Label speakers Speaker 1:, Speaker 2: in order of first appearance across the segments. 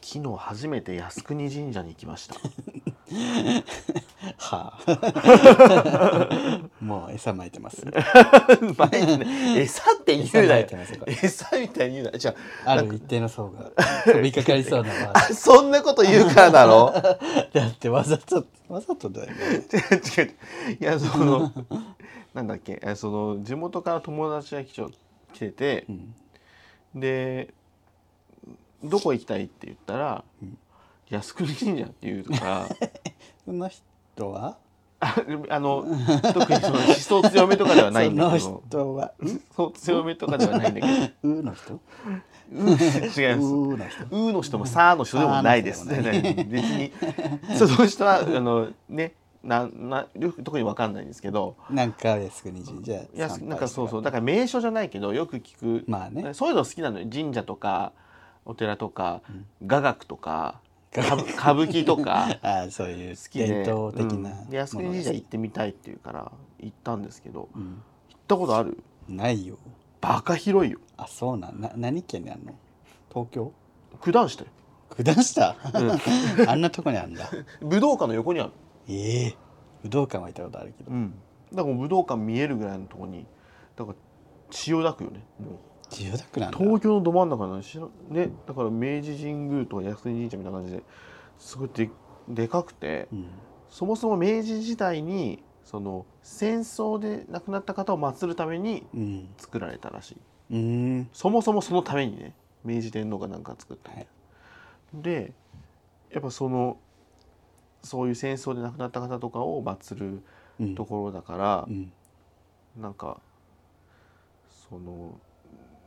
Speaker 1: 昨日初めて靖国神社に行きま した
Speaker 2: はあもう餌まい てますね
Speaker 1: うまいね餌って言
Speaker 2: 餌
Speaker 1: うな
Speaker 2: まい
Speaker 1: よ
Speaker 2: てますよこれ
Speaker 1: 餌みたいに言うなよじゃ
Speaker 2: ある一定の層 が飛びかかりそうな
Speaker 1: ああそんなこと言うからだろ
Speaker 2: だってわざとわざとだよね
Speaker 1: 違う違ういやそ のなんだっけえその地元から友達が来ちょ来てて
Speaker 2: う、ん
Speaker 1: でどこ行きたいって言ったら、
Speaker 2: うん
Speaker 1: 靖国神社って言うから
Speaker 2: その人は
Speaker 1: ああの特にその思想強めとかではないん だけ
Speaker 2: その
Speaker 1: ど
Speaker 2: 人は「う
Speaker 1: 思想強めとかではないんだけど」
Speaker 2: うの人
Speaker 1: うん違います。
Speaker 2: 「う」の人
Speaker 1: うの人もさーの人でもないです。
Speaker 2: あー
Speaker 1: 別
Speaker 2: の人でも
Speaker 1: にその人はあのねななよく特にわかんないんですけど、
Speaker 2: なんか靖国神社
Speaker 1: いや
Speaker 2: 参拝
Speaker 1: なんかそうそう
Speaker 2: し
Speaker 1: だ
Speaker 2: た
Speaker 1: から名所じゃないけどよく聞く、
Speaker 2: まあね
Speaker 1: そういうの好きなのよ神社とかお寺とか、雅楽とか歌舞歌舞伎とか
Speaker 2: ああそういう
Speaker 1: 好きで
Speaker 2: 伝統的な
Speaker 1: うんで靖国神社行ってみたいっていうから行ったんですけど行
Speaker 2: うん
Speaker 1: ったことある
Speaker 2: ないよ
Speaker 1: バカ広いよ
Speaker 2: あそうなんな何県にあんの東京
Speaker 1: 九段下よ、
Speaker 2: 九段下
Speaker 1: うん
Speaker 2: あんなとこにあんだ
Speaker 1: 武道館の横にある、
Speaker 2: ええ武道館は行ったことあるけど
Speaker 1: うん、だからもう武道館見えるぐらいのところにだから千代田区よねもう
Speaker 2: 千代田区なんだ
Speaker 1: 東京のど真ん中なのしらねだから明治神宮とか靖国神社みたいな感じですごいででかくて
Speaker 2: うん
Speaker 1: そもそも明治時代にその戦争で亡くなった方を祀るために
Speaker 2: うん
Speaker 1: 作られたらしいう
Speaker 2: ーん
Speaker 1: そもそもそのためにね明治天皇がなんか作ったみたいでやっぱそのそういう戦争で亡くなった方とかを祀
Speaker 2: うん
Speaker 1: るところだから
Speaker 2: う、ん
Speaker 1: なんかその思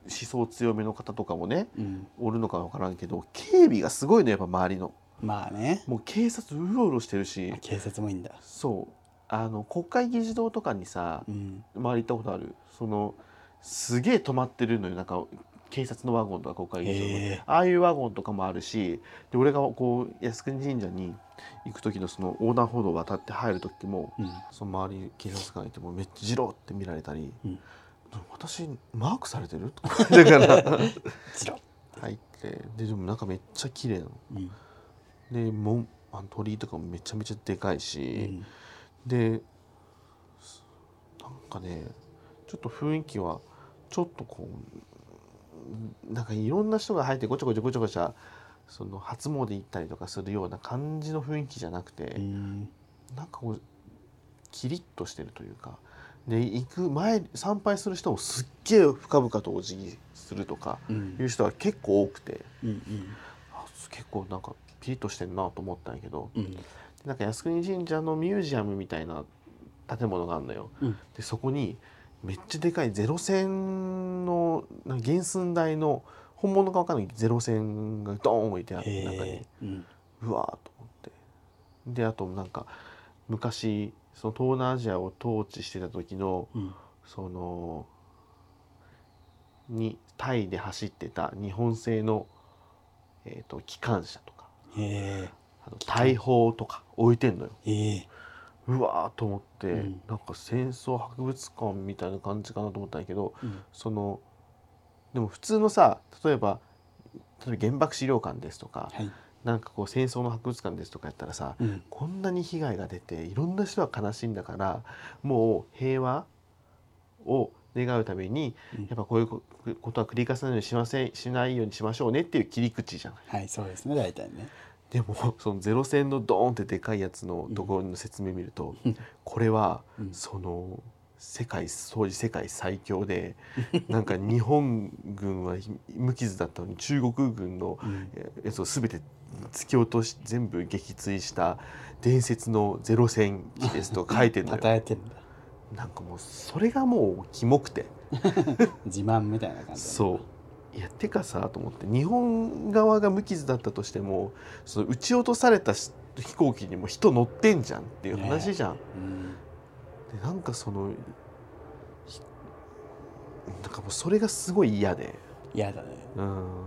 Speaker 1: 想強めの方とかもね
Speaker 2: うん
Speaker 1: おるのかわからんけど警備がすごいのやっぱ周りの
Speaker 2: まあね
Speaker 1: もう警察うろうろしてるし
Speaker 2: 警察もいいんだ
Speaker 1: そうあの国会議事堂とかにさ
Speaker 2: うん
Speaker 1: 周り行ったことあるそのすげえ止まってるのよなんか警察のワゴンとか国会議事堂
Speaker 2: へ
Speaker 1: の
Speaker 2: え
Speaker 1: ああいうワゴンとかもあるしで俺がこう靖国神社に行く時のその横断歩道を渡って入る時も
Speaker 2: うん
Speaker 1: その周りに警察官いてもめっちゃじろって見られたり、
Speaker 2: うん
Speaker 1: 私マークされてる とかだから
Speaker 2: チロ
Speaker 1: 入ってででもなんかめっちゃ綺麗なの。
Speaker 2: うん
Speaker 1: でもんあの鳥居とかもめちゃめちゃでかいうし、
Speaker 2: ん
Speaker 1: でなんかねちょっと雰囲気はちょっとこうなんかいろんな人が入ってごちゃごちゃごちゃごちゃその初詣行ったりとかするような感じの雰囲気じゃなくて
Speaker 2: う、ん
Speaker 1: なんかこうキリッとしてるというかで行く前参拝する人もすっげえ深々とお辞儀するとか
Speaker 2: うん
Speaker 1: いう人は結構多くて
Speaker 2: うん
Speaker 1: あ結構なんかピリッとしてんなと思ったんやけど
Speaker 2: うん
Speaker 1: なんか靖国神社のミュージアムみたいな建物があるのよ。
Speaker 2: うん
Speaker 1: でそこにめっちゃでかいゼロ戦のなんか原寸大の本物かわかんないゼロ戦がドーン置いてある中に
Speaker 2: へえうん
Speaker 1: うわーと思ってであとなんか昔その東南アジアを統治してた時の
Speaker 2: うん
Speaker 1: そのにタイで走ってた日本製の、えー、と機関車とか
Speaker 2: へ
Speaker 1: あと大砲とか置いてんのよ。
Speaker 2: えええ
Speaker 1: うわーと思って、
Speaker 2: うん
Speaker 1: なんか戦争博物館みたいな感じかなと思ったんやけど
Speaker 2: うん
Speaker 1: そのでも普通のさ例えば例えば原爆資料館ですとか、
Speaker 2: はい
Speaker 1: なんかこう戦争の博物館ですとかやったらさ
Speaker 2: うん
Speaker 1: こんなに被害が出ていろんな人が悲しいんだからもう平和を願うために
Speaker 2: うん
Speaker 1: やっぱこういうこことは繰り返さないようにしませんしないようにしましょうねっていう切り口じゃない。
Speaker 2: はいそうですね大体ね
Speaker 1: でもそのゼロ戦のドーンってでかいやつのところの説明見ると、
Speaker 2: うん
Speaker 1: これは
Speaker 2: うん
Speaker 1: その世界当時世界最強 でなんか日本軍は無傷だったのに中国軍の
Speaker 2: うん
Speaker 1: えやつを全て突き落とし全部撃墜した伝説のゼロ戦機ですとか書いてるの
Speaker 2: 与
Speaker 1: よ。
Speaker 2: えてんだ
Speaker 1: なんかもうそれがもうキモくて
Speaker 2: 自慢みたいな感じだね
Speaker 1: そういやてかさと思って日本側が無傷だったとしてもその撃ち落とされたし飛行機にも人乗ってんじゃんっていう話じゃん。
Speaker 2: うん
Speaker 1: でなんかそのひなんかもうそれがすごい嫌で、
Speaker 2: 嫌だね
Speaker 1: う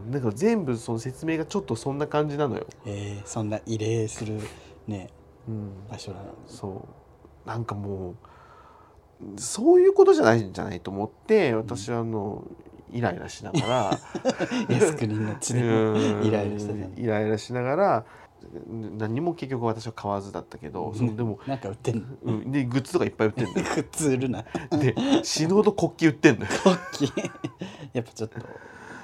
Speaker 1: ん、なんか全部その説明がちょっとそんな感じなのよ。
Speaker 2: えー、そんな慰霊するね
Speaker 1: うん、
Speaker 2: 場所なの
Speaker 1: そうなんかもうそういうことじゃないんじゃないと思って私はあの、イライラしなが ら
Speaker 2: エスクリンの地で
Speaker 1: うん
Speaker 2: イライラしてたの
Speaker 1: イライラしながら何も結局私は買わずだったけど、そのでも
Speaker 2: なんか売ってんの
Speaker 1: うんでグッズとかいっぱい売ってんの よ
Speaker 2: 普通売るな
Speaker 1: で死ぬほど国旗売ってんのよ
Speaker 2: ポッキー やっぱちょっと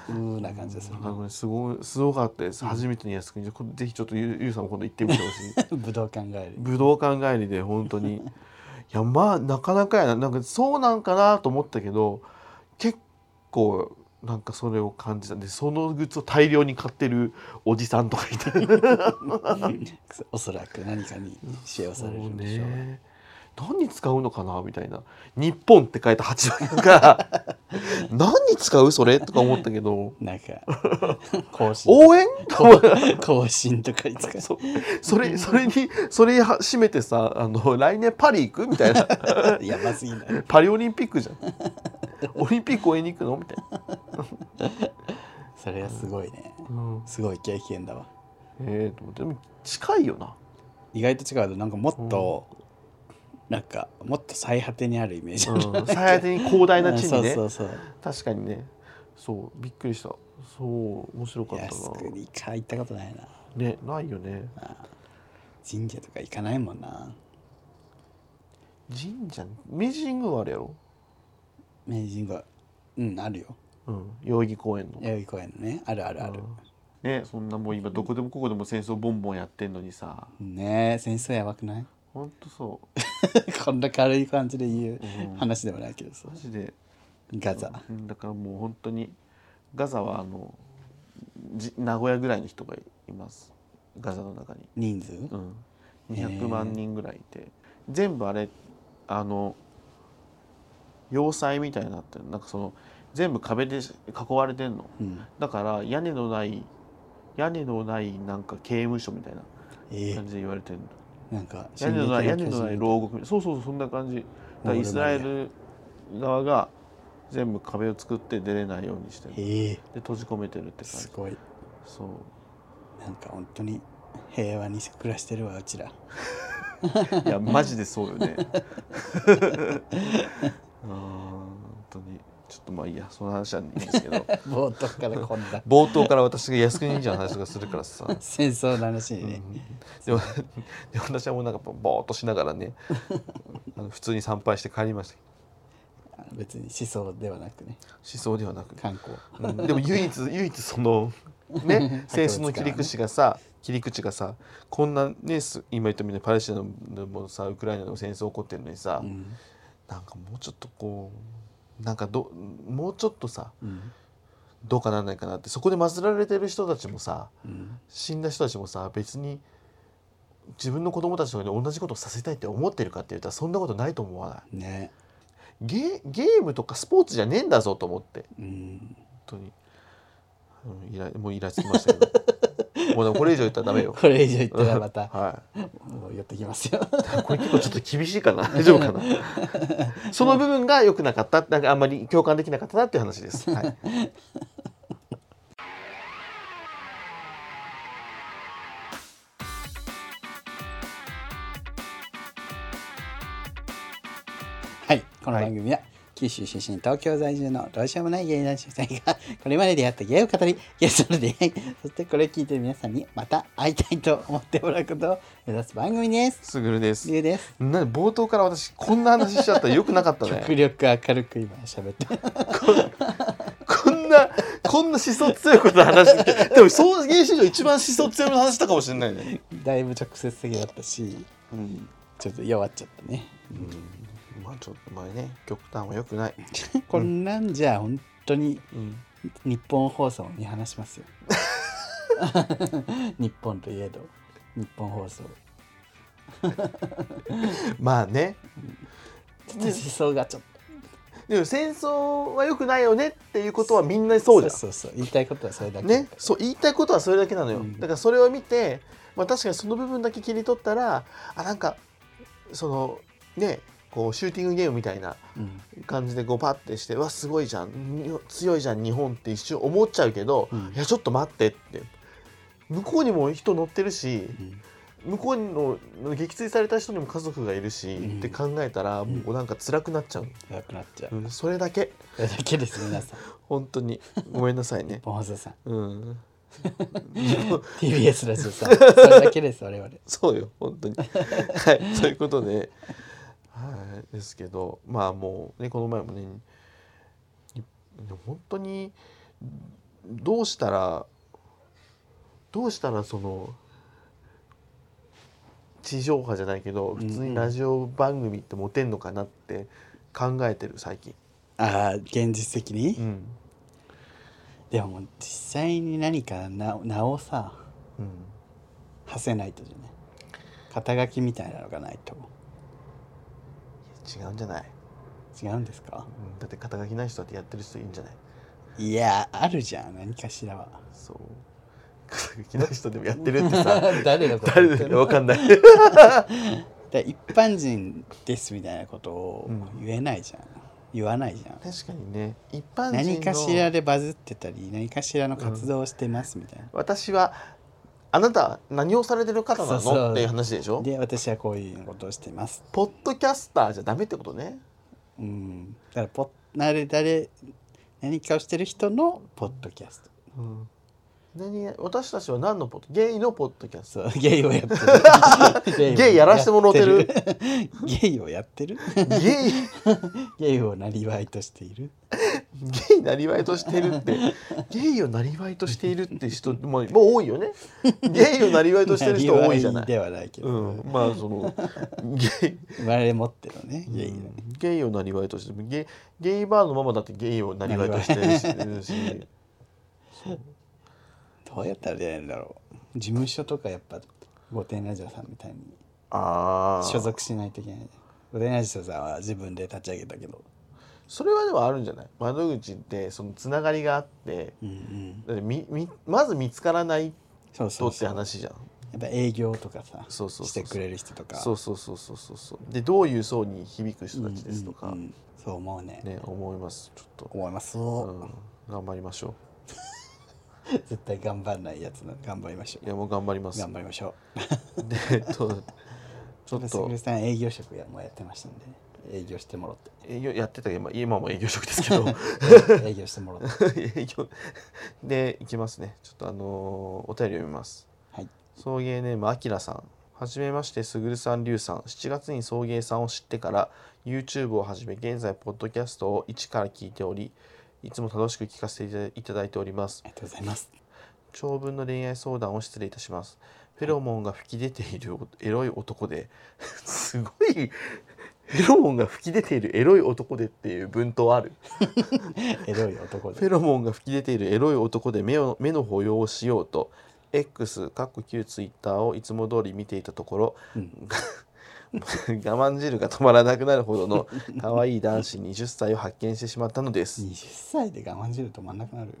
Speaker 2: うーな感じでするね
Speaker 1: なんかねすごいすごかったです初めての靖国神社ぜひちょっとゆゆうさんも今度行ってみてほしい
Speaker 2: 武道館帰り
Speaker 1: 武道館帰りで本当 にいやまあなかなかやななんかそうなんかなと思ったけど結構なんかそれを感じたんでそのグッズを大量に買ってるおじさんとかいて
Speaker 2: おそらく何かに使用されるんでしょう
Speaker 1: そうね何に使うのかなみたいな「日本」って書いた鉢巻きが 何に使うそれとか思ったけど
Speaker 2: なんか更新
Speaker 1: 応援と思って
Speaker 2: 更新とかいつ か
Speaker 1: そそれそれにそれは締めてさあの来年パリ行くみたいな
Speaker 2: やばすぎない
Speaker 1: パリオリンピックじゃんオリンピック応援に行くのみたいな、
Speaker 2: それはすごいね
Speaker 1: うん、
Speaker 2: すごい経験だわ
Speaker 1: ええと思ってでも近いよな
Speaker 2: 意外と違うのなんかもっと、なんかもっと最果てにあるイメージある、
Speaker 1: うん 最悪に広大な地
Speaker 2: そ
Speaker 1: に
Speaker 2: う
Speaker 1: ね
Speaker 2: そうそう
Speaker 1: 確かにねそうびっくりしたそう面白かった
Speaker 2: 靖国か行ったことないな
Speaker 1: なねないよね
Speaker 2: 神社とか行かないもんな
Speaker 1: 神社明治神宮はあれやろ、
Speaker 2: 明治神宮うんあるよ
Speaker 1: うん、代々木公園の
Speaker 2: 代々木公園のねあるあるある、
Speaker 1: ねそんなもう今どこでもここでも戦争ボンボンやってんのにさ
Speaker 2: ねえ戦争やばくない
Speaker 1: ほんとそう
Speaker 2: こんな軽い感じで言う
Speaker 1: うん
Speaker 2: 話でもないけどさ
Speaker 1: マジで
Speaker 2: ガザ
Speaker 1: うんだからもう本当にガザはあのじ名古屋ぐらいの人がいますガザの中に、
Speaker 2: 人数
Speaker 1: うん、
Speaker 2: へー
Speaker 1: 200万人ぐらいいて全部あれあの要塞みたいになってるなんかその全部壁で囲われてんの
Speaker 2: うん
Speaker 1: だから屋根のない屋根のないなんか刑務所みたいな
Speaker 2: ええ
Speaker 1: 感じで言われてるの
Speaker 2: なんか
Speaker 1: 屋根のない屋
Speaker 2: 進撃
Speaker 1: 根
Speaker 2: 巨
Speaker 1: の
Speaker 2: 人
Speaker 1: ない牢獄みたいなそうそうそうそんな感じだからイスラエル側が全部壁を作って出れないようにしてるで
Speaker 2: ええ
Speaker 1: 閉じ込めてるって感じ
Speaker 2: すごい
Speaker 1: そう
Speaker 2: なんか本当に平和に暮らしてるわうち ら
Speaker 1: いやマジでそうよ ねうん本当にちょっとまあいいやその話はいいんですけど
Speaker 2: 冒頭からこんな
Speaker 1: 冒頭から私が靖国忍者の話とかするからさ
Speaker 2: 戦争の話にね、
Speaker 1: でもで私はもうなんかぼーっとしながら ねあの普通に参拝して帰りました
Speaker 2: あの別に思想ではなくね
Speaker 1: 思想ではなく
Speaker 2: 観光
Speaker 1: うんでも唯一唯一その ね戦争の切り口がさ切り口がさこんなねす今言ったみたいにパレスチナのもさウクライナの戦争起こってるのにさ、
Speaker 2: うん
Speaker 1: なんかもうちょっとこうなんかどもうちょっとさ
Speaker 2: うん
Speaker 1: どうかならないかなってそこで祀られてる人たちもさ
Speaker 2: うん
Speaker 1: 死んだ人たちもさ別に自分の子供たちとかに同じことをさせたいって思ってるかって言ったらそんなことないと思わない
Speaker 2: ね
Speaker 1: ゲゲームとかスポーツじゃねえんだぞと思って
Speaker 2: うん
Speaker 1: 本当に、うん、イラもうイラつきましたけど もうでもこれ以上言ったらダメよ
Speaker 2: これ以上言ったらまた
Speaker 1: は
Speaker 2: もう寄ってきますよ
Speaker 1: い、これ結構ちょっと厳しい かな大丈夫かなその部分が良くなかったなんかあんまり共感できなかったなっていう話です、はい、
Speaker 2: はいこの番組は、九州出身東京在住のどうしようもない芸男子2人がこれまで出会った芸を語りゲストの出会いそしてこれを聞いてる皆さんにまた会いたいと思ってもらうことを目指す番組です
Speaker 1: すぐるです
Speaker 2: りゅうです
Speaker 1: な冒頭から私こんな話しちゃったら良くなかった
Speaker 2: 極
Speaker 1: ね
Speaker 2: 力明るく今喋って
Speaker 1: こんなこんな思想強いことの話でもそう芸史上一番思想強い話したかもしれないね、
Speaker 2: だいぶ直接的だったし
Speaker 1: うん
Speaker 2: ちょっと弱っちゃったね
Speaker 1: まあちょっと前ね極端は良くない、
Speaker 2: こんなんじゃ本当に
Speaker 1: うん、
Speaker 2: 日本放送を見放し ますよ日本といえど日本放送
Speaker 1: まあね
Speaker 2: ちょっと思想がちょっと
Speaker 1: でも戦争は良くないよねっていうことはみんなそうじゃん
Speaker 2: そうそう言いたいことはそれだけ
Speaker 1: ね、そう言いたいことはそれだけなのよ、
Speaker 2: うん
Speaker 1: だからそれを見て、まあ、確かにその部分だけ切り取ったらあなんかそのねこうシューティングゲームみたいな
Speaker 2: うん
Speaker 1: 感じでこうパッてして「わすごいじゃんに強いじゃん日本」って一瞬思っちゃうけど、
Speaker 2: うん
Speaker 1: いやちょっと待ってって向こうにも人乗ってるし、
Speaker 2: うん
Speaker 1: 向こうの撃墜された人にも家族がいるし、
Speaker 2: うん
Speaker 1: って考えたらもうなんか辛くなっちゃう、
Speaker 2: 弱くなっちゃう
Speaker 1: うん、それだけ
Speaker 2: それだけです 皆さん
Speaker 1: 本当にごめんなさいね
Speaker 2: ポンズさん
Speaker 1: うん
Speaker 2: TBS ラジオ さんそれだけです我々
Speaker 1: そうよ本 当にはいということではいですけどまあもうねこの前もねに本当にどうしたらどうしたらその地上波じゃないけど普通にラジオ番組ってモテんのかなって考えてる最近、
Speaker 2: ああ現実的に、
Speaker 1: うん
Speaker 2: でも実際に何かな名をさ
Speaker 1: うん、
Speaker 2: 馳せないとじゃない肩書きみたいなのがないと
Speaker 1: 違うんじゃない、
Speaker 2: 違うんですか
Speaker 1: うん、だって肩書きない人だってやってる人いるんじゃない
Speaker 2: いやあるじゃん何かしらは
Speaker 1: そう肩 書きない人でもやってるってさ
Speaker 2: 誰のこと
Speaker 1: 誰
Speaker 2: 言っ
Speaker 1: だ
Speaker 2: てん
Speaker 1: よ
Speaker 2: の
Speaker 1: わかんない
Speaker 2: だから一般人ですみたいなことを
Speaker 1: うん
Speaker 2: 言えないじゃん、言わないじゃん
Speaker 1: 確かにね一般人の
Speaker 2: 何かしらでバズってたり何かしらの活動をしてますみたいな、
Speaker 1: 私はあなたは何をされてる方なの
Speaker 2: そうそう
Speaker 1: っていう話でしょ
Speaker 2: で私はこういうことをしてます
Speaker 1: ポッドキャスターじゃダメってことね
Speaker 2: うんだからポ誰誰何かをしてる人のポッドキャスト
Speaker 1: うん何私たちは何のポッドゲイのポッドキャス
Speaker 2: そうゲイをやって る
Speaker 1: ゲイやらしてもろてる
Speaker 2: ゲイをやってる
Speaker 1: トゲイ
Speaker 2: ゲイをなりわいとしている
Speaker 1: ゲイなりわいとしてるってゲイをなりわいとしているって人もうもう多いよ ねゲイをなりわいとしてる人多いじゃな
Speaker 2: り
Speaker 1: い、
Speaker 2: わではないけど、
Speaker 1: うん、まあそのゲイ
Speaker 2: 生まれ持ってるねゲイだね、
Speaker 1: ゲイをなりわいとしてゲイゲイバーのママだってゲイをなりわいとしてるしそう
Speaker 2: どうやったら出会えるんだろう事務所とかやっぱ御殿ラジオさんみたいに
Speaker 1: ああ
Speaker 2: 所属しないといけない御殿ラジオさんは自分で立ち上げたけど
Speaker 1: それはでもあるんじゃない窓口ってそのつながりがあって
Speaker 2: うんうん
Speaker 1: だってみみまず見つからない
Speaker 2: そうそ
Speaker 1: と
Speaker 2: う
Speaker 1: って
Speaker 2: そうや
Speaker 1: 話じゃん
Speaker 2: っぱ営業とかさ
Speaker 1: そうそうそうそう
Speaker 2: してくれる人とか
Speaker 1: そうそうそうそうそうそうでどういう層に響く人たちですとか、
Speaker 2: うんうんうんそう思うね
Speaker 1: ね思いますちょっ
Speaker 2: 思います、
Speaker 1: と、うん、頑張りましょ
Speaker 2: 絶対頑張んないやつな頑張りましょ
Speaker 1: ういやもう頑張りま
Speaker 2: う
Speaker 1: す
Speaker 2: 頑張りましょう
Speaker 1: でえっとちょっ
Speaker 2: すぐ
Speaker 1: と
Speaker 2: るさん営業職やもうやってましたんで、営業してもろ
Speaker 1: 営業やってたけど今今も営業職ですけど
Speaker 2: って営業してもろって
Speaker 1: 営業 でいきますねちょっとあのーお便り読みます
Speaker 2: はい
Speaker 1: 送迎ネームあきらさんはじめましてすぐるさんりゅうさん7月に送迎さんを知ってから YouTube をはじめ現在ポッドキャストを一から聞いておりいつも楽しく聞かせていただいております
Speaker 2: ありがとうござ います
Speaker 1: 長文の恋愛相談を失礼いたしますフェロモンが吹き出ているエロい男で すごいフェロモンが吹き出ているエロい男でっていう文頭ある
Speaker 2: エロい男
Speaker 1: フ
Speaker 2: で
Speaker 1: ェロモンが吹き出ているエロい男で目を目の保養をしようと X かっこ旧ツイッターをいつも通り見ていたところ、
Speaker 2: う
Speaker 1: 我慢汁が止まらなくなるほどの可愛い男子20歳を発見してしまったのです。
Speaker 2: 20歳で我慢汁止まんなくなる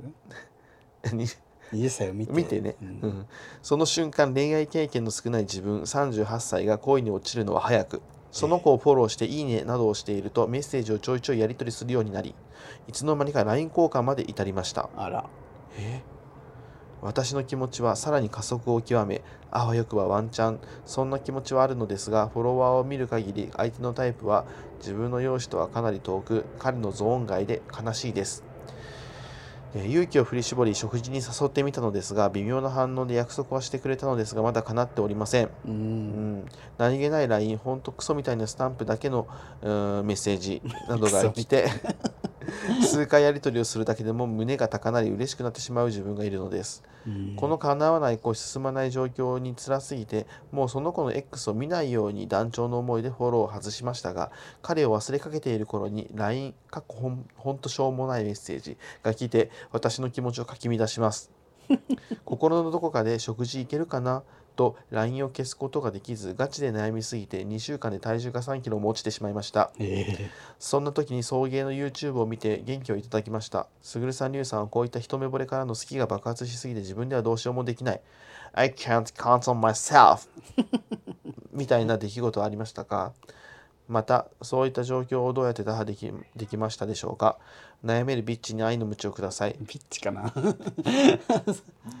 Speaker 1: に
Speaker 2: 20歳を見て
Speaker 1: 見てね、
Speaker 2: う
Speaker 1: うんんその瞬間恋愛経験の少ない自分38歳が恋に落ちるのは早くその子をフォローして「いいね」などをしているとメッセージをちょいちょいやり取りするようになりいつの間にか LINE 交換まで至りました。
Speaker 2: あら
Speaker 1: 私の気持ちはさらに加速を極めあわよくばワンチャンそんな気持ちはあるのですがフォロワーを見る限り相手のタイプは自分の容姿とはかなり遠く彼のゾーン外で悲しいですえー勇気を振り絞り食事に誘ってみたのですが微妙な反応で約束はしてくれたのですがまだ叶っておりません
Speaker 2: う
Speaker 1: うんん、何気ない LINE ほんとクソみたいなスタンプだけのうーんメッセージなどが来て 数回やり取りをするだけでも胸が高鳴り嬉しくなってしまう自分がいるのです、
Speaker 2: うん
Speaker 1: この叶わない子進まない状況に辛すぎてもうその子の X を見ないように団長の思いでフォローを外しましたが彼を忘れかけている頃に LINE かっこほんほんとしょうもないメッセージが来て私の気持ちをかき乱します 心のどこかで食事行けるかなと LINE を消すことができずガチで悩みすぎて2週間で体重が3キロも落ちてしまいました
Speaker 2: え
Speaker 1: そんな時に送迎の YouTube を見て元気をいただきましたすぐるさんりゅうさんはこういった一目惚れからの好きが爆発しすぎて自分ではどうしようもできない I can't count on myself みたいな出来事はありましたかまたそういった状況をどうやって打破できできましたでしょうか悩めるビッチに愛の鞭をください
Speaker 2: ピッチかな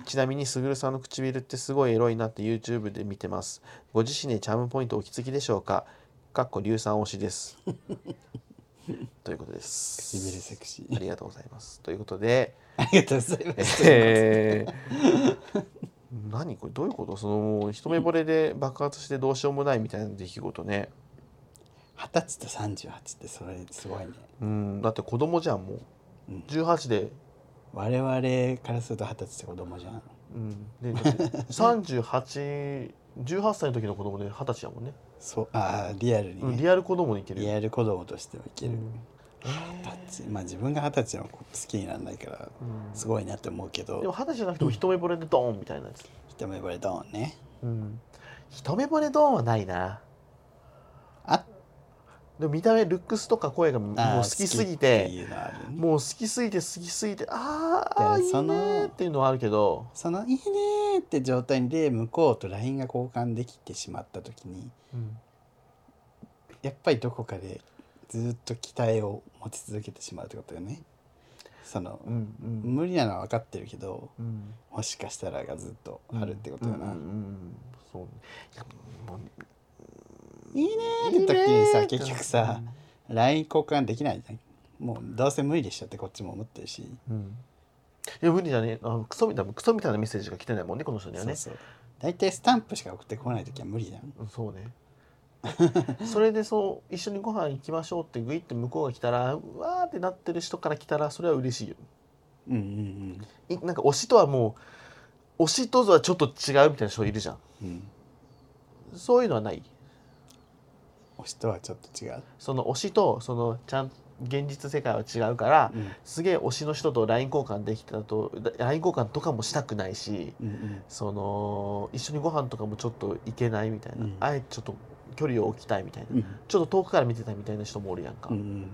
Speaker 1: ちなみにすぐるさんの唇ってすごいエロいなって YouTube で見てますご自身でチャームポイントお気づきでしょうかかっこ硫酸推しですということです
Speaker 2: 唇セクシ
Speaker 1: あ
Speaker 2: ー。
Speaker 1: りがとうございますということで
Speaker 2: ありがとうございます。
Speaker 1: えー 何これどういうことその一目惚れで爆発してどうしようもないみたいな出来事ね
Speaker 2: 二十歳と三十八ってそれすごいね。
Speaker 1: うんだって子供じゃんもう
Speaker 2: うん
Speaker 1: 18で,、
Speaker 2: 我々からすると二十歳って子供じゃん。
Speaker 1: うん、でだって3818歳の時の子供で二十歳やもんね、
Speaker 2: そうああリアルに
Speaker 1: うん、
Speaker 2: ね、
Speaker 1: リアル子供にいける
Speaker 2: リ
Speaker 1: よ
Speaker 2: アル子供としてもいける。
Speaker 1: うん
Speaker 2: 二十歳まあ自分が二十歳の子好きにならないから
Speaker 1: うん
Speaker 2: すごいなって思うけ
Speaker 1: でも
Speaker 2: ど、
Speaker 1: 二十歳じゃなくても一目惚れでドーンみたいなやつ、
Speaker 2: 一目惚れドーンね。
Speaker 1: うん、一目惚れドーンはないな
Speaker 2: あ
Speaker 1: でも見た目ルックスとか声がもう
Speaker 2: あ
Speaker 1: 好
Speaker 2: ー
Speaker 1: きすぎ
Speaker 2: 好きって
Speaker 1: て
Speaker 2: いうのはあるね。
Speaker 1: もう好きすぎて好きすぎてあーあー
Speaker 2: で
Speaker 1: いい
Speaker 2: そ
Speaker 1: ね
Speaker 2: の
Speaker 1: ーっていうのはあるけど
Speaker 2: そのいいねーって状態で向こうと LINE が交換できてしまった時に
Speaker 1: うん
Speaker 2: やっぱりどこかでずっと期待を持ち続けてしまうってことよね。その
Speaker 1: うんうん
Speaker 2: 無理なのは分かってるけど
Speaker 1: うん
Speaker 2: もしかしたらがずっとあるってことだな、
Speaker 1: うんうんうんそういやもう
Speaker 2: いいねーって時にさ
Speaker 1: いいねーって
Speaker 2: 結局さ LINE 交換できないじゃんもうどうせ無理でしょってこっちも思ってるし、
Speaker 1: うんいや無理だねあのクソみたいなクソみたいなメッセージが来てないもんねこの人には
Speaker 2: そう
Speaker 1: ね
Speaker 2: そう大体スタンプしか送ってこない時は無理じゃん
Speaker 1: うんそうねそれでそう一緒にご飯行きましょうってグイって向こうが来たらうわーってなってる人から来たらそれは嬉しいよ
Speaker 2: うんうん
Speaker 1: いなんか推しとはもう推しとはちょっと違うみたいな人いるじゃん
Speaker 2: うんうん
Speaker 1: そういうのはない
Speaker 2: 推しとはちょっと違う、
Speaker 1: その推しとそのちゃん現実世界は違うから、
Speaker 2: うん
Speaker 1: すげえ推しの人と LINE 交換できたとだ LINE 交換とかもしたくないし
Speaker 2: うんうん、
Speaker 1: その一緒にご飯とかもちょっと行けないみたいな、
Speaker 2: うん
Speaker 1: あえてちょっと距離を置きたいみたいな、
Speaker 2: うん
Speaker 1: ちょっと遠くから見てたみたいな人もおるやんか、
Speaker 2: うんうん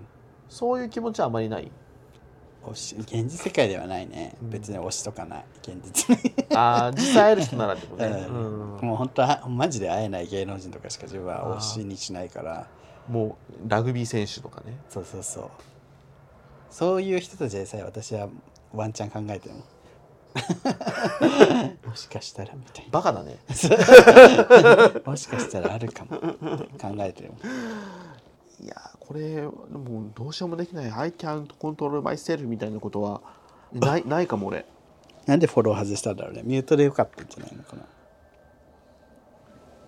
Speaker 1: そういう気持ちはあまりない
Speaker 2: 推し現実世界ではないね、
Speaker 1: うん
Speaker 2: 別に推しとかない現実に、
Speaker 1: あー実際会える人ならってことね、
Speaker 2: うん
Speaker 1: うん
Speaker 2: もう本当はマジで会えない芸能人とかしか自分は推しにしないから
Speaker 1: もうラグビー選手とかね
Speaker 2: そうそうそうそういう人たちでさえ私はワンチャン考えてる もんもしかしたらみたい
Speaker 1: バカだね
Speaker 2: なもしかしたらあるかもって考えてるもん
Speaker 1: いやーこれでもどうしようもできない「I can't control myself」みたいなことはないないかも俺
Speaker 2: なんでフォロー外したんだろうねミュートでよかったんじゃないのかな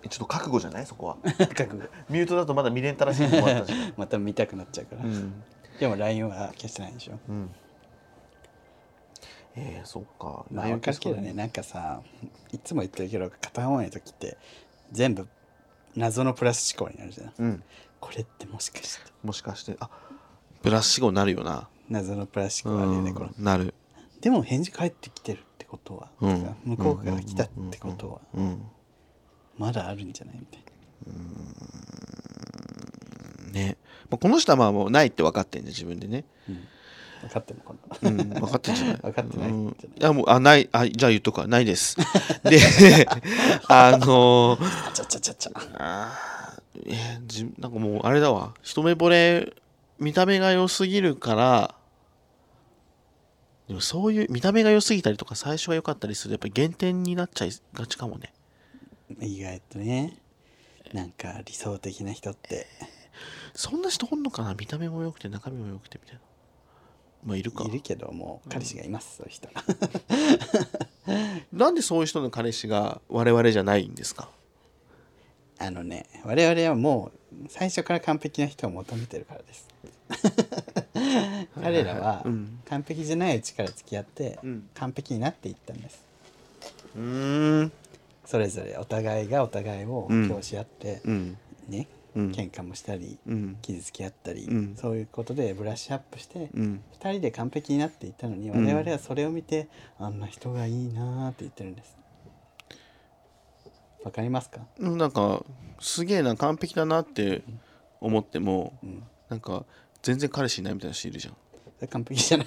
Speaker 1: ちょっと覚悟じゃないそこは
Speaker 2: 覚悟
Speaker 1: ミュートだとまだ見れんたらしいのもあったし、
Speaker 2: また見たくなっちゃうから、
Speaker 1: うん
Speaker 2: でも LINE は消してないでしょ
Speaker 1: うん、えー、そっか
Speaker 2: まあ分かるけどねなんかさいつも言ってるけど片思いの時って全部謎のプラス思考になるじゃん
Speaker 1: うん
Speaker 2: これってもしかして
Speaker 1: もしかしてあブラシ号になるよな
Speaker 2: 謎のプラス
Speaker 1: う
Speaker 2: 思考あるよね
Speaker 1: ん
Speaker 2: この
Speaker 1: なる
Speaker 2: でも返事返ってきてるってことは、
Speaker 1: うん
Speaker 2: とか向こうから来たってことは
Speaker 1: うん
Speaker 2: まだあるんじゃないみたい
Speaker 1: ね、まあ、この人はまあもうないって分かってんじゃん自分でね、
Speaker 2: な、うん、分かってるのかな、
Speaker 1: うん、 分かってんじゃない
Speaker 2: 分かってない
Speaker 1: うんん
Speaker 2: じゃない
Speaker 1: いやもうあないあじゃあ言っとくわないです であのー
Speaker 2: あちゃちゃちゃちゃ
Speaker 1: あーえーじなんかもうあれだわ一目惚れ見た目が良すぎるからでもそういう見た目が良すぎたりとか最初は良かったりするとやっぱり減点になっちゃいがちかもね
Speaker 2: 意外とねなんか理想的な人って
Speaker 1: そんな人おんのかな見た目も良くて中身も良くてみたいなまあいるか
Speaker 2: いるけどもう彼氏がいます、そういう人
Speaker 1: なんでそういう人の彼氏が我々じゃないんですか
Speaker 2: あのね我々はもう最初から完璧な人を求めてるか らです彼らは
Speaker 1: うん
Speaker 2: 完璧じゃないうちから付き合って
Speaker 1: うん
Speaker 2: 完璧になっていったんです
Speaker 1: うーん
Speaker 2: それぞれお互いがお互いを
Speaker 1: うん
Speaker 2: 教し合って、
Speaker 1: うん
Speaker 2: ね
Speaker 1: うん
Speaker 2: 喧嘩もしたり、
Speaker 1: うん
Speaker 2: 傷つけ合ったり、
Speaker 1: うん
Speaker 2: そういうことでブラッシュアップして、
Speaker 1: うん
Speaker 2: 2人で完璧になっていったのに我
Speaker 1: ん
Speaker 2: 々はそれを見て、あんな人がいいなーって言ってるんですわかりますか
Speaker 1: うんなんかすげえな完璧だなって思っても、なんか全然彼氏いないみたいな人いるじゃん。
Speaker 2: それ完璧 じゃない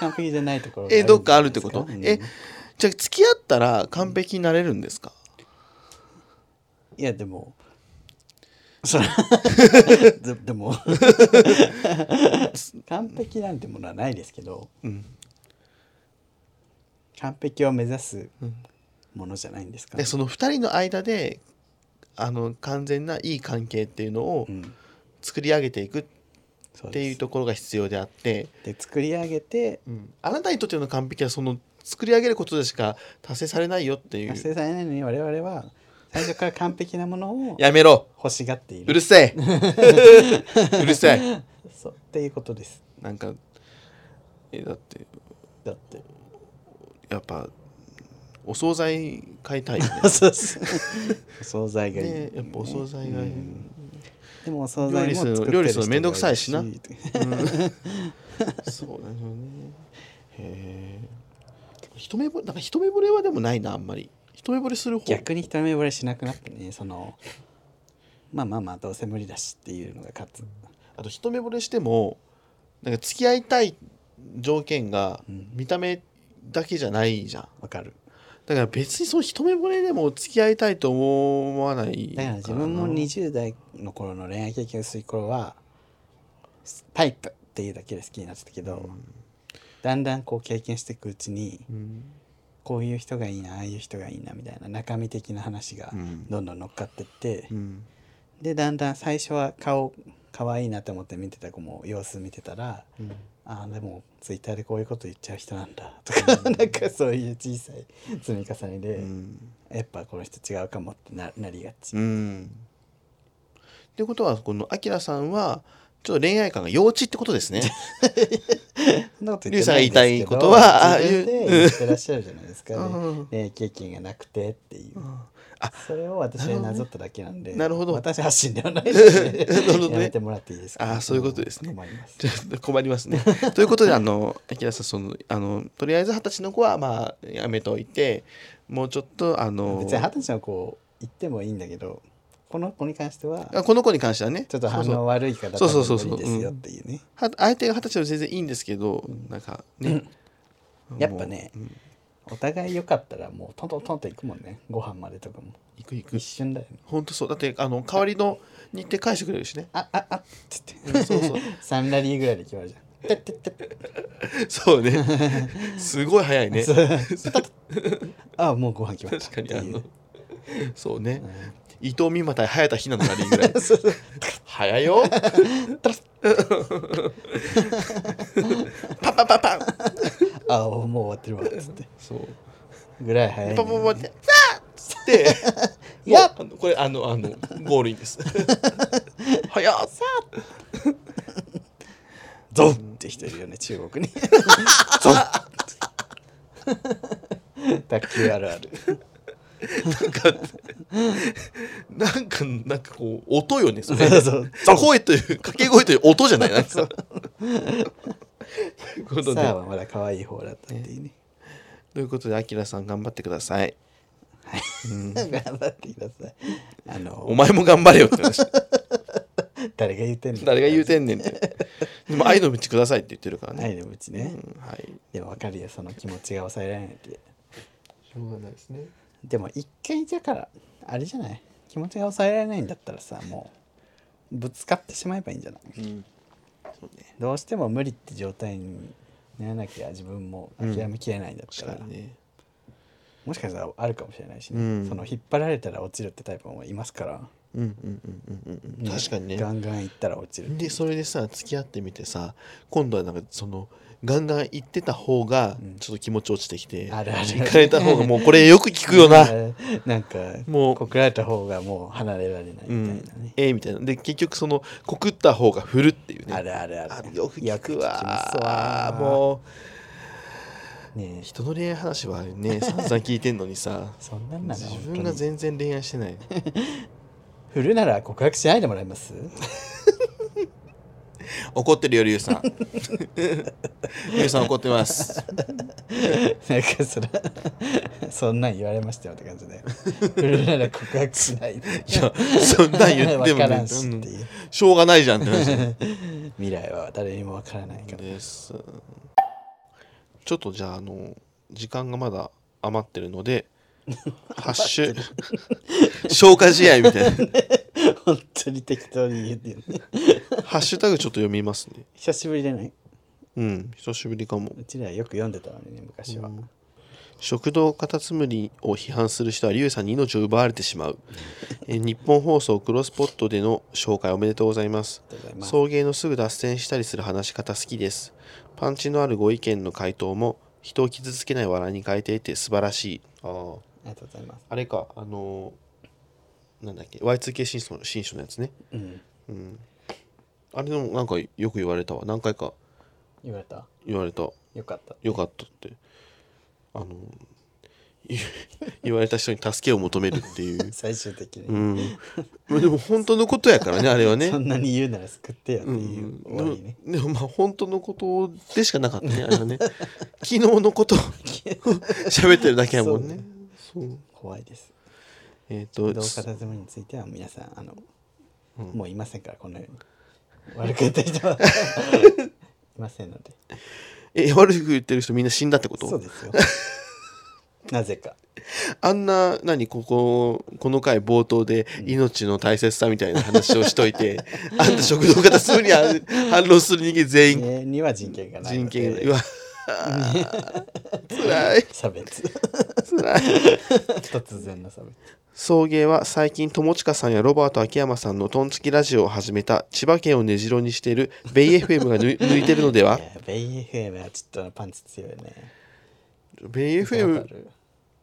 Speaker 2: 完璧じゃないところが
Speaker 1: え
Speaker 2: んじゃないです
Speaker 1: どっかあるってこと、
Speaker 2: うん
Speaker 1: えじゃあ付き合ったら完璧になれるんですか、
Speaker 2: いやでも それででも完璧なんてものはないですけど
Speaker 1: うん、
Speaker 2: 完璧を目指す
Speaker 1: うん
Speaker 2: ものじゃないんですか
Speaker 1: でその2人の間であの完全ないい関係っていうのを
Speaker 2: うん、
Speaker 1: 作り上げていくっ
Speaker 2: そう
Speaker 1: てい
Speaker 2: で
Speaker 1: う
Speaker 2: す
Speaker 1: ところが必要であって、
Speaker 2: で作り上げて
Speaker 1: うんあなたにとっての完璧はその作り上げることでしか達成されないよってい
Speaker 2: 達成
Speaker 1: う
Speaker 2: されないのに我々は最初から完璧なものを
Speaker 1: やめろ
Speaker 2: 欲しがっていうる
Speaker 1: る せえうるせえ
Speaker 2: そうっていうことです
Speaker 1: なんかえだって
Speaker 2: だって
Speaker 1: やっぱお惣菜買いたいよね
Speaker 2: そうそう お惣菜がいい、
Speaker 1: ねやっぱお惣菜がいい、
Speaker 2: うんでもお惣菜も
Speaker 1: 料理するの
Speaker 2: 作って
Speaker 1: 料理するの
Speaker 2: 人
Speaker 1: めんどくさいしな
Speaker 2: がるし
Speaker 1: そうなのねへえ一目ぼなんか一目惚れはでもないなあんまり一目惚れする方
Speaker 2: 逆に一目惚れしなくなってねそのまあまあまあどうせ無理だしっていうのが勝つ、
Speaker 1: あと一目惚れしてもなんか付き合いたい条件が
Speaker 2: うん
Speaker 1: 見た目だけじゃないじゃん
Speaker 2: わかる
Speaker 1: だから別にその一目惚れでも付き合いたいと思わない
Speaker 2: だから自分も
Speaker 1: な
Speaker 2: 20代の頃の恋愛経験薄い頃はタイプっていうだけで好きになってたけど、だんだんこう経験していくうちに
Speaker 1: うん
Speaker 2: こういう人がいいなああいう人がいいなみたいな中身的な話が
Speaker 1: うん
Speaker 2: どんどん乗っかってって、
Speaker 1: うん
Speaker 2: でだんだん最初は顔可愛いなと思って見てた子も様子見てたら
Speaker 1: うん
Speaker 2: あーでもツイッターでこういうこと言っちゃう人なんだとか、なんかそういう小さい 積み重ねで、
Speaker 1: うん
Speaker 2: やっぱこの人違うかもってななりがち、
Speaker 1: うんってことはこのアキラさんはちょっと恋愛感が幼稚ってことですね
Speaker 2: そんなこと
Speaker 1: リュウさんが言いたい
Speaker 2: ですけ
Speaker 1: こ
Speaker 2: ど
Speaker 1: とはああ
Speaker 2: 自分で言ってらっしゃるじゃないですか、
Speaker 1: うんう
Speaker 2: ね
Speaker 1: ん、
Speaker 2: 恋愛経験がなくてっていう、
Speaker 1: あ
Speaker 2: それを私はなぞっただけなんで
Speaker 1: なるほどね
Speaker 2: 私発信 ではない ですね
Speaker 1: るほどね
Speaker 2: やめてもらっていいですか
Speaker 1: あーそういうことですね
Speaker 2: 困ります
Speaker 1: ちょっと 困りますね。ということであのあきらさんそのあのとりあえず二十歳の子はまあやめといてもうちょっとあの
Speaker 2: 別に二十歳の子言ってもいいんだけどこの子に関しては
Speaker 1: あこの子に関してはね
Speaker 2: ちょっと反
Speaker 1: そうそう
Speaker 2: 応悪い方だ
Speaker 1: そ
Speaker 2: と
Speaker 1: うそうそうそ
Speaker 2: 無
Speaker 1: う
Speaker 2: 理ですよっていうね
Speaker 1: は相手が二十歳は全然いいんですけどなんかね、
Speaker 2: やっぱね
Speaker 1: もううん
Speaker 2: お互い良かったらもうトントントンと行くもんねご飯までとかも
Speaker 1: 行く行く
Speaker 2: 一瞬だよね
Speaker 1: 本当そうだってあの代わりの日程返してくれるしね
Speaker 2: あああっつって
Speaker 1: うんそうそう
Speaker 2: サンラリーぐらいで決まるじゃんてってってって
Speaker 1: そうねすごい早 いね
Speaker 2: そうあもうご飯決まった
Speaker 1: 確かにあ
Speaker 2: っていう
Speaker 1: の そうね、伊藤美誠対早田ひなのラリーぐ らい早いよパンパンパンパン
Speaker 2: あもう終わってるわっつって
Speaker 1: そう
Speaker 2: ぐらい早い、
Speaker 1: パンパンパンっ
Speaker 2: ね、
Speaker 1: て「あっ!」つって
Speaker 2: いや
Speaker 1: もうあのこれあのあのゴールインです 早っ
Speaker 2: ゾンって人いるよね中国にゾン 卓球あるある
Speaker 1: なんかなんかなんかこう音よねそれ
Speaker 2: そう
Speaker 1: 声という掛け声という音じゃないなんかということ
Speaker 2: さあ
Speaker 1: で
Speaker 2: はまだ可愛い方だったっていうね
Speaker 1: ということであきらさん頑張ってください
Speaker 2: 頑張ってくださいあ
Speaker 1: お
Speaker 2: の
Speaker 1: 前も頑張れよって話
Speaker 2: 誰が言ってんの
Speaker 1: 誰が言う
Speaker 2: ん
Speaker 1: てんねんってでも愛の道くださいって言ってるから
Speaker 2: の愛
Speaker 1: ね、
Speaker 2: のうち
Speaker 1: う
Speaker 2: ね、
Speaker 1: んはい
Speaker 2: でも分かるよその気持ちが抑えられないって
Speaker 1: しょうがないですね
Speaker 2: でも一回だからあれじゃない気持ちが抑えられないんだったらさもうぶつかってしまえばいいんじゃない
Speaker 1: うん
Speaker 2: どうしても無理って状態にならなきゃ自分も諦めきれないんだったら、
Speaker 1: 確かにね
Speaker 2: もしかしたらあるかもしれないしね、
Speaker 1: うん
Speaker 2: その引っ張られたら落ちるってタイプもいますから、
Speaker 1: うんうんうんうんうん確かに
Speaker 2: ガ
Speaker 1: ね
Speaker 2: ンガンいったら落ちる
Speaker 1: でそれでさ付き合ってみてさ今度はなんかそのガンガン行ってた方がちょっと気持ち落ちてきて、
Speaker 2: あるある
Speaker 1: 行かれた方がもうこれよく聞くよな
Speaker 2: なんか
Speaker 1: もう
Speaker 2: 告られた方がもう離れられないみた
Speaker 1: う
Speaker 2: い
Speaker 1: ん
Speaker 2: なね、
Speaker 1: ええみたいなで結局その告った方が振るっていうね
Speaker 2: あるあるある
Speaker 1: よく聞くわ
Speaker 2: よく聞きますわ
Speaker 1: も
Speaker 2: ね
Speaker 1: う
Speaker 2: え
Speaker 1: 人の恋愛話は ね散々聞いてんのにさ
Speaker 2: そんなんなの
Speaker 1: 自分が
Speaker 2: 本当に
Speaker 1: 全然恋愛してない
Speaker 2: 振るなら告白しないでもらえます
Speaker 1: 怒ってるよりゅうさ んりゅうさん怒ってます
Speaker 2: なんかそれ そんなん言われましたよって感じで振るなら告白しないで
Speaker 1: いやそんなん言っても ね
Speaker 2: 分からんしっていう、
Speaker 1: うんしょうがないじゃんって話
Speaker 2: 未来は誰にもわからないから
Speaker 1: ですちょっとじゃああの時間がまだ余 ってるのでハッシュ消化試合みたいな
Speaker 2: 本当に適当に言ってるね。
Speaker 1: ハッシュタグちょっと読みますね。
Speaker 2: 久しぶりじゃない
Speaker 1: うん、久しぶりかも。
Speaker 2: うちらよく読んでたのにね、昔は。
Speaker 1: 食堂カタツムリを批判する人はリュウさんに命を奪われてしまうえー日本放送クロスポットでの紹介おめでとうございます
Speaker 2: ありがとうございます
Speaker 1: 送迎のすぐ脱線したりする話し方好きですパンチのあるご意見の回答も人を傷つけない笑いに変えていて素晴らしいあー
Speaker 2: ありがとうございます。
Speaker 1: あれかあのーなんだっけ Y2K 新書の新書のやつね
Speaker 2: うん。
Speaker 1: あれでもなんかよく言われたわ何回か
Speaker 2: 言われた
Speaker 1: 言われた
Speaker 2: よかった。
Speaker 1: よかったってあのい 言われた人に助けを求めるっていう、
Speaker 2: 最終的に。
Speaker 1: うん、まあでも本当のことやからね あれはね
Speaker 2: そんなに言うなら救ってよって
Speaker 1: う
Speaker 2: い
Speaker 1: ん
Speaker 2: う終わりね。
Speaker 1: でもでもまあ本当のことでしかなかったねあれはね 昨日の ことを喋ってるだけやもんねそう
Speaker 2: 怖いです。
Speaker 1: えっ、と
Speaker 2: 動画建物については皆さん、あの、もういませんから、このように。悪く言った 人はいませんので。
Speaker 1: え悪く言ってる人みんな死んだってこ
Speaker 2: そう
Speaker 1: と
Speaker 2: ですよ。なぜか。
Speaker 1: あんな何こここの回冒頭で命の大切さみたいな話をしとい て、あんた食堂からすぐに反反論する人間全員
Speaker 2: 家には人権がない
Speaker 1: 人
Speaker 2: ので。
Speaker 1: 権うわ辛い
Speaker 2: 差別。
Speaker 1: 辛い
Speaker 2: 突然の差別。
Speaker 1: 送迎は最近友近さんやロバート秋山さんのトンツキラジオを始めた千葉県を根城にしているベイ FM が 抜い抜いてるのではい
Speaker 2: やベイ FM はちょっとパンチ強いね。
Speaker 1: ベイ FM
Speaker 2: わかる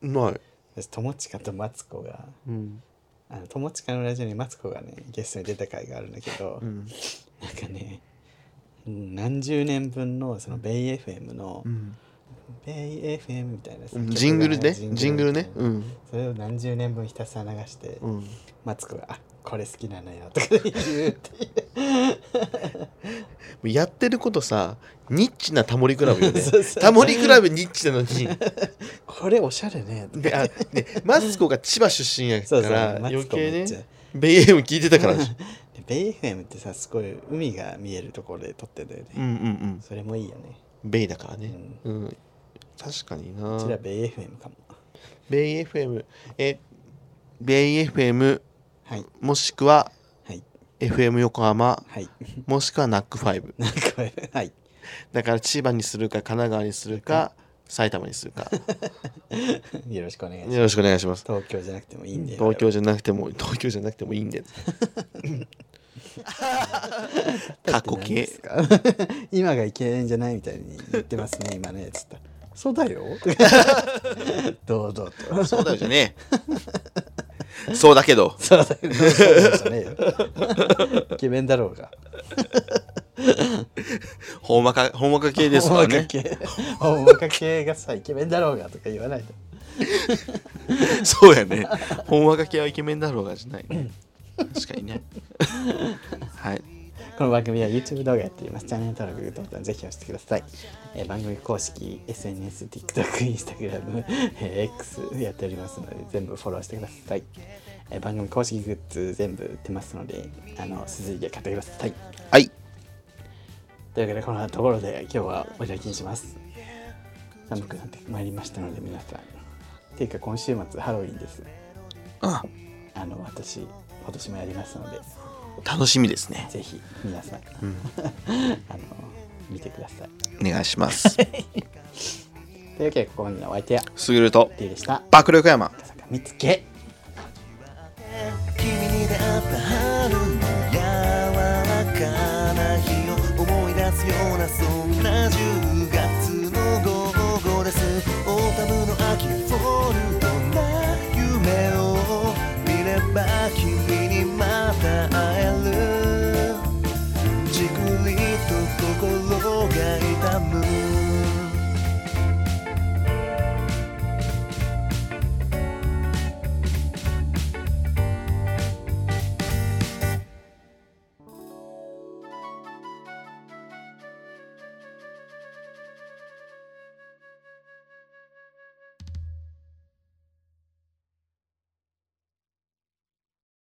Speaker 1: ない、
Speaker 2: 私友近とマツコが
Speaker 1: うん、
Speaker 2: あの友近のラジオにマツコがねゲストに出た回があるんだけど、なんかねうん何十年分のそのベイ FM の、ベイ FM みたいなさ曲が
Speaker 1: ジングルね
Speaker 2: ジ
Speaker 1: ジングルねうん
Speaker 2: それを何十年分ひたすら流して、
Speaker 1: うん
Speaker 2: マツコが「あこれ好きなのよ」とか言うっ ていう
Speaker 1: やってることさニッチなタモリクラブよね
Speaker 2: そうそう
Speaker 1: タモリクラブニッチなのに
Speaker 2: 「これおしゃれね」とか
Speaker 1: であでマツコが千葉出身や
Speaker 2: そう
Speaker 1: か
Speaker 2: そう
Speaker 1: ら
Speaker 2: マ
Speaker 1: 余
Speaker 2: ツコ
Speaker 1: 計
Speaker 2: めっちゃ
Speaker 1: ねベイ FM 聞いてたからでしょ
Speaker 2: でベイ FM ってさすごい海が見えるところで撮ってんだよね、
Speaker 1: うんうんうん
Speaker 2: それもいいよね
Speaker 1: ベイだからね、うん確かにな
Speaker 2: こちらベイ FM かも
Speaker 1: ベイ FM えベイ FM
Speaker 2: はい
Speaker 1: もしくは
Speaker 2: はい
Speaker 1: FM 横浜
Speaker 2: はい
Speaker 1: もしくは NAC5
Speaker 2: なんかこれはい
Speaker 1: だから千葉にするか神奈川にするか埼玉にするか
Speaker 2: よろしくお願いします
Speaker 1: よろしくお願いします
Speaker 2: 東京じゃなくてもいいんで
Speaker 1: 東京じゃなくても東京じゃなくてもいい んで過去形
Speaker 2: 我々 今がいけないんじゃないみたいに言ってます ね今ねつったそうだよ 堂々と
Speaker 1: そうだよじゃねえそうだけど
Speaker 2: そうだよそうだよじゃねえよ イケメンだろうが
Speaker 1: ほんまかほんまか系です
Speaker 2: 大
Speaker 1: から
Speaker 2: 若
Speaker 1: ね
Speaker 2: 系大若系がさイケメンだろうがとか言わないと
Speaker 1: そうやね。ほんわか系はイケメンだろうがじゃないね。確かに ね。はい。
Speaker 2: この番組は YouTube 動画やっています。チャンネル登録、グッドボタンぜひ押してください。えー番組公式、SNS、TikTok、Instagram、えー X やっておりますので、全部フォローしてください。えー番組公式グッズ全部売ってますので、あの、続いて買ってください。
Speaker 1: はい。
Speaker 2: というわけで、こんなところで今日はお開きにします。寒くなってまいりましたので、皆さん。っていうか、今週末ハロウィンです。
Speaker 1: あ、
Speaker 2: あの、私、今年もやりますので、
Speaker 1: 楽しみですね。
Speaker 2: ぜひ皆さん、 あの、見てください。
Speaker 1: お願いします。
Speaker 2: というわけでここまでのお相手は
Speaker 1: すぐると
Speaker 2: D でした
Speaker 1: 爆力山。
Speaker 2: まさか見つけ
Speaker 3: 君に出会った春の柔らかな日を思い出すようなそんな10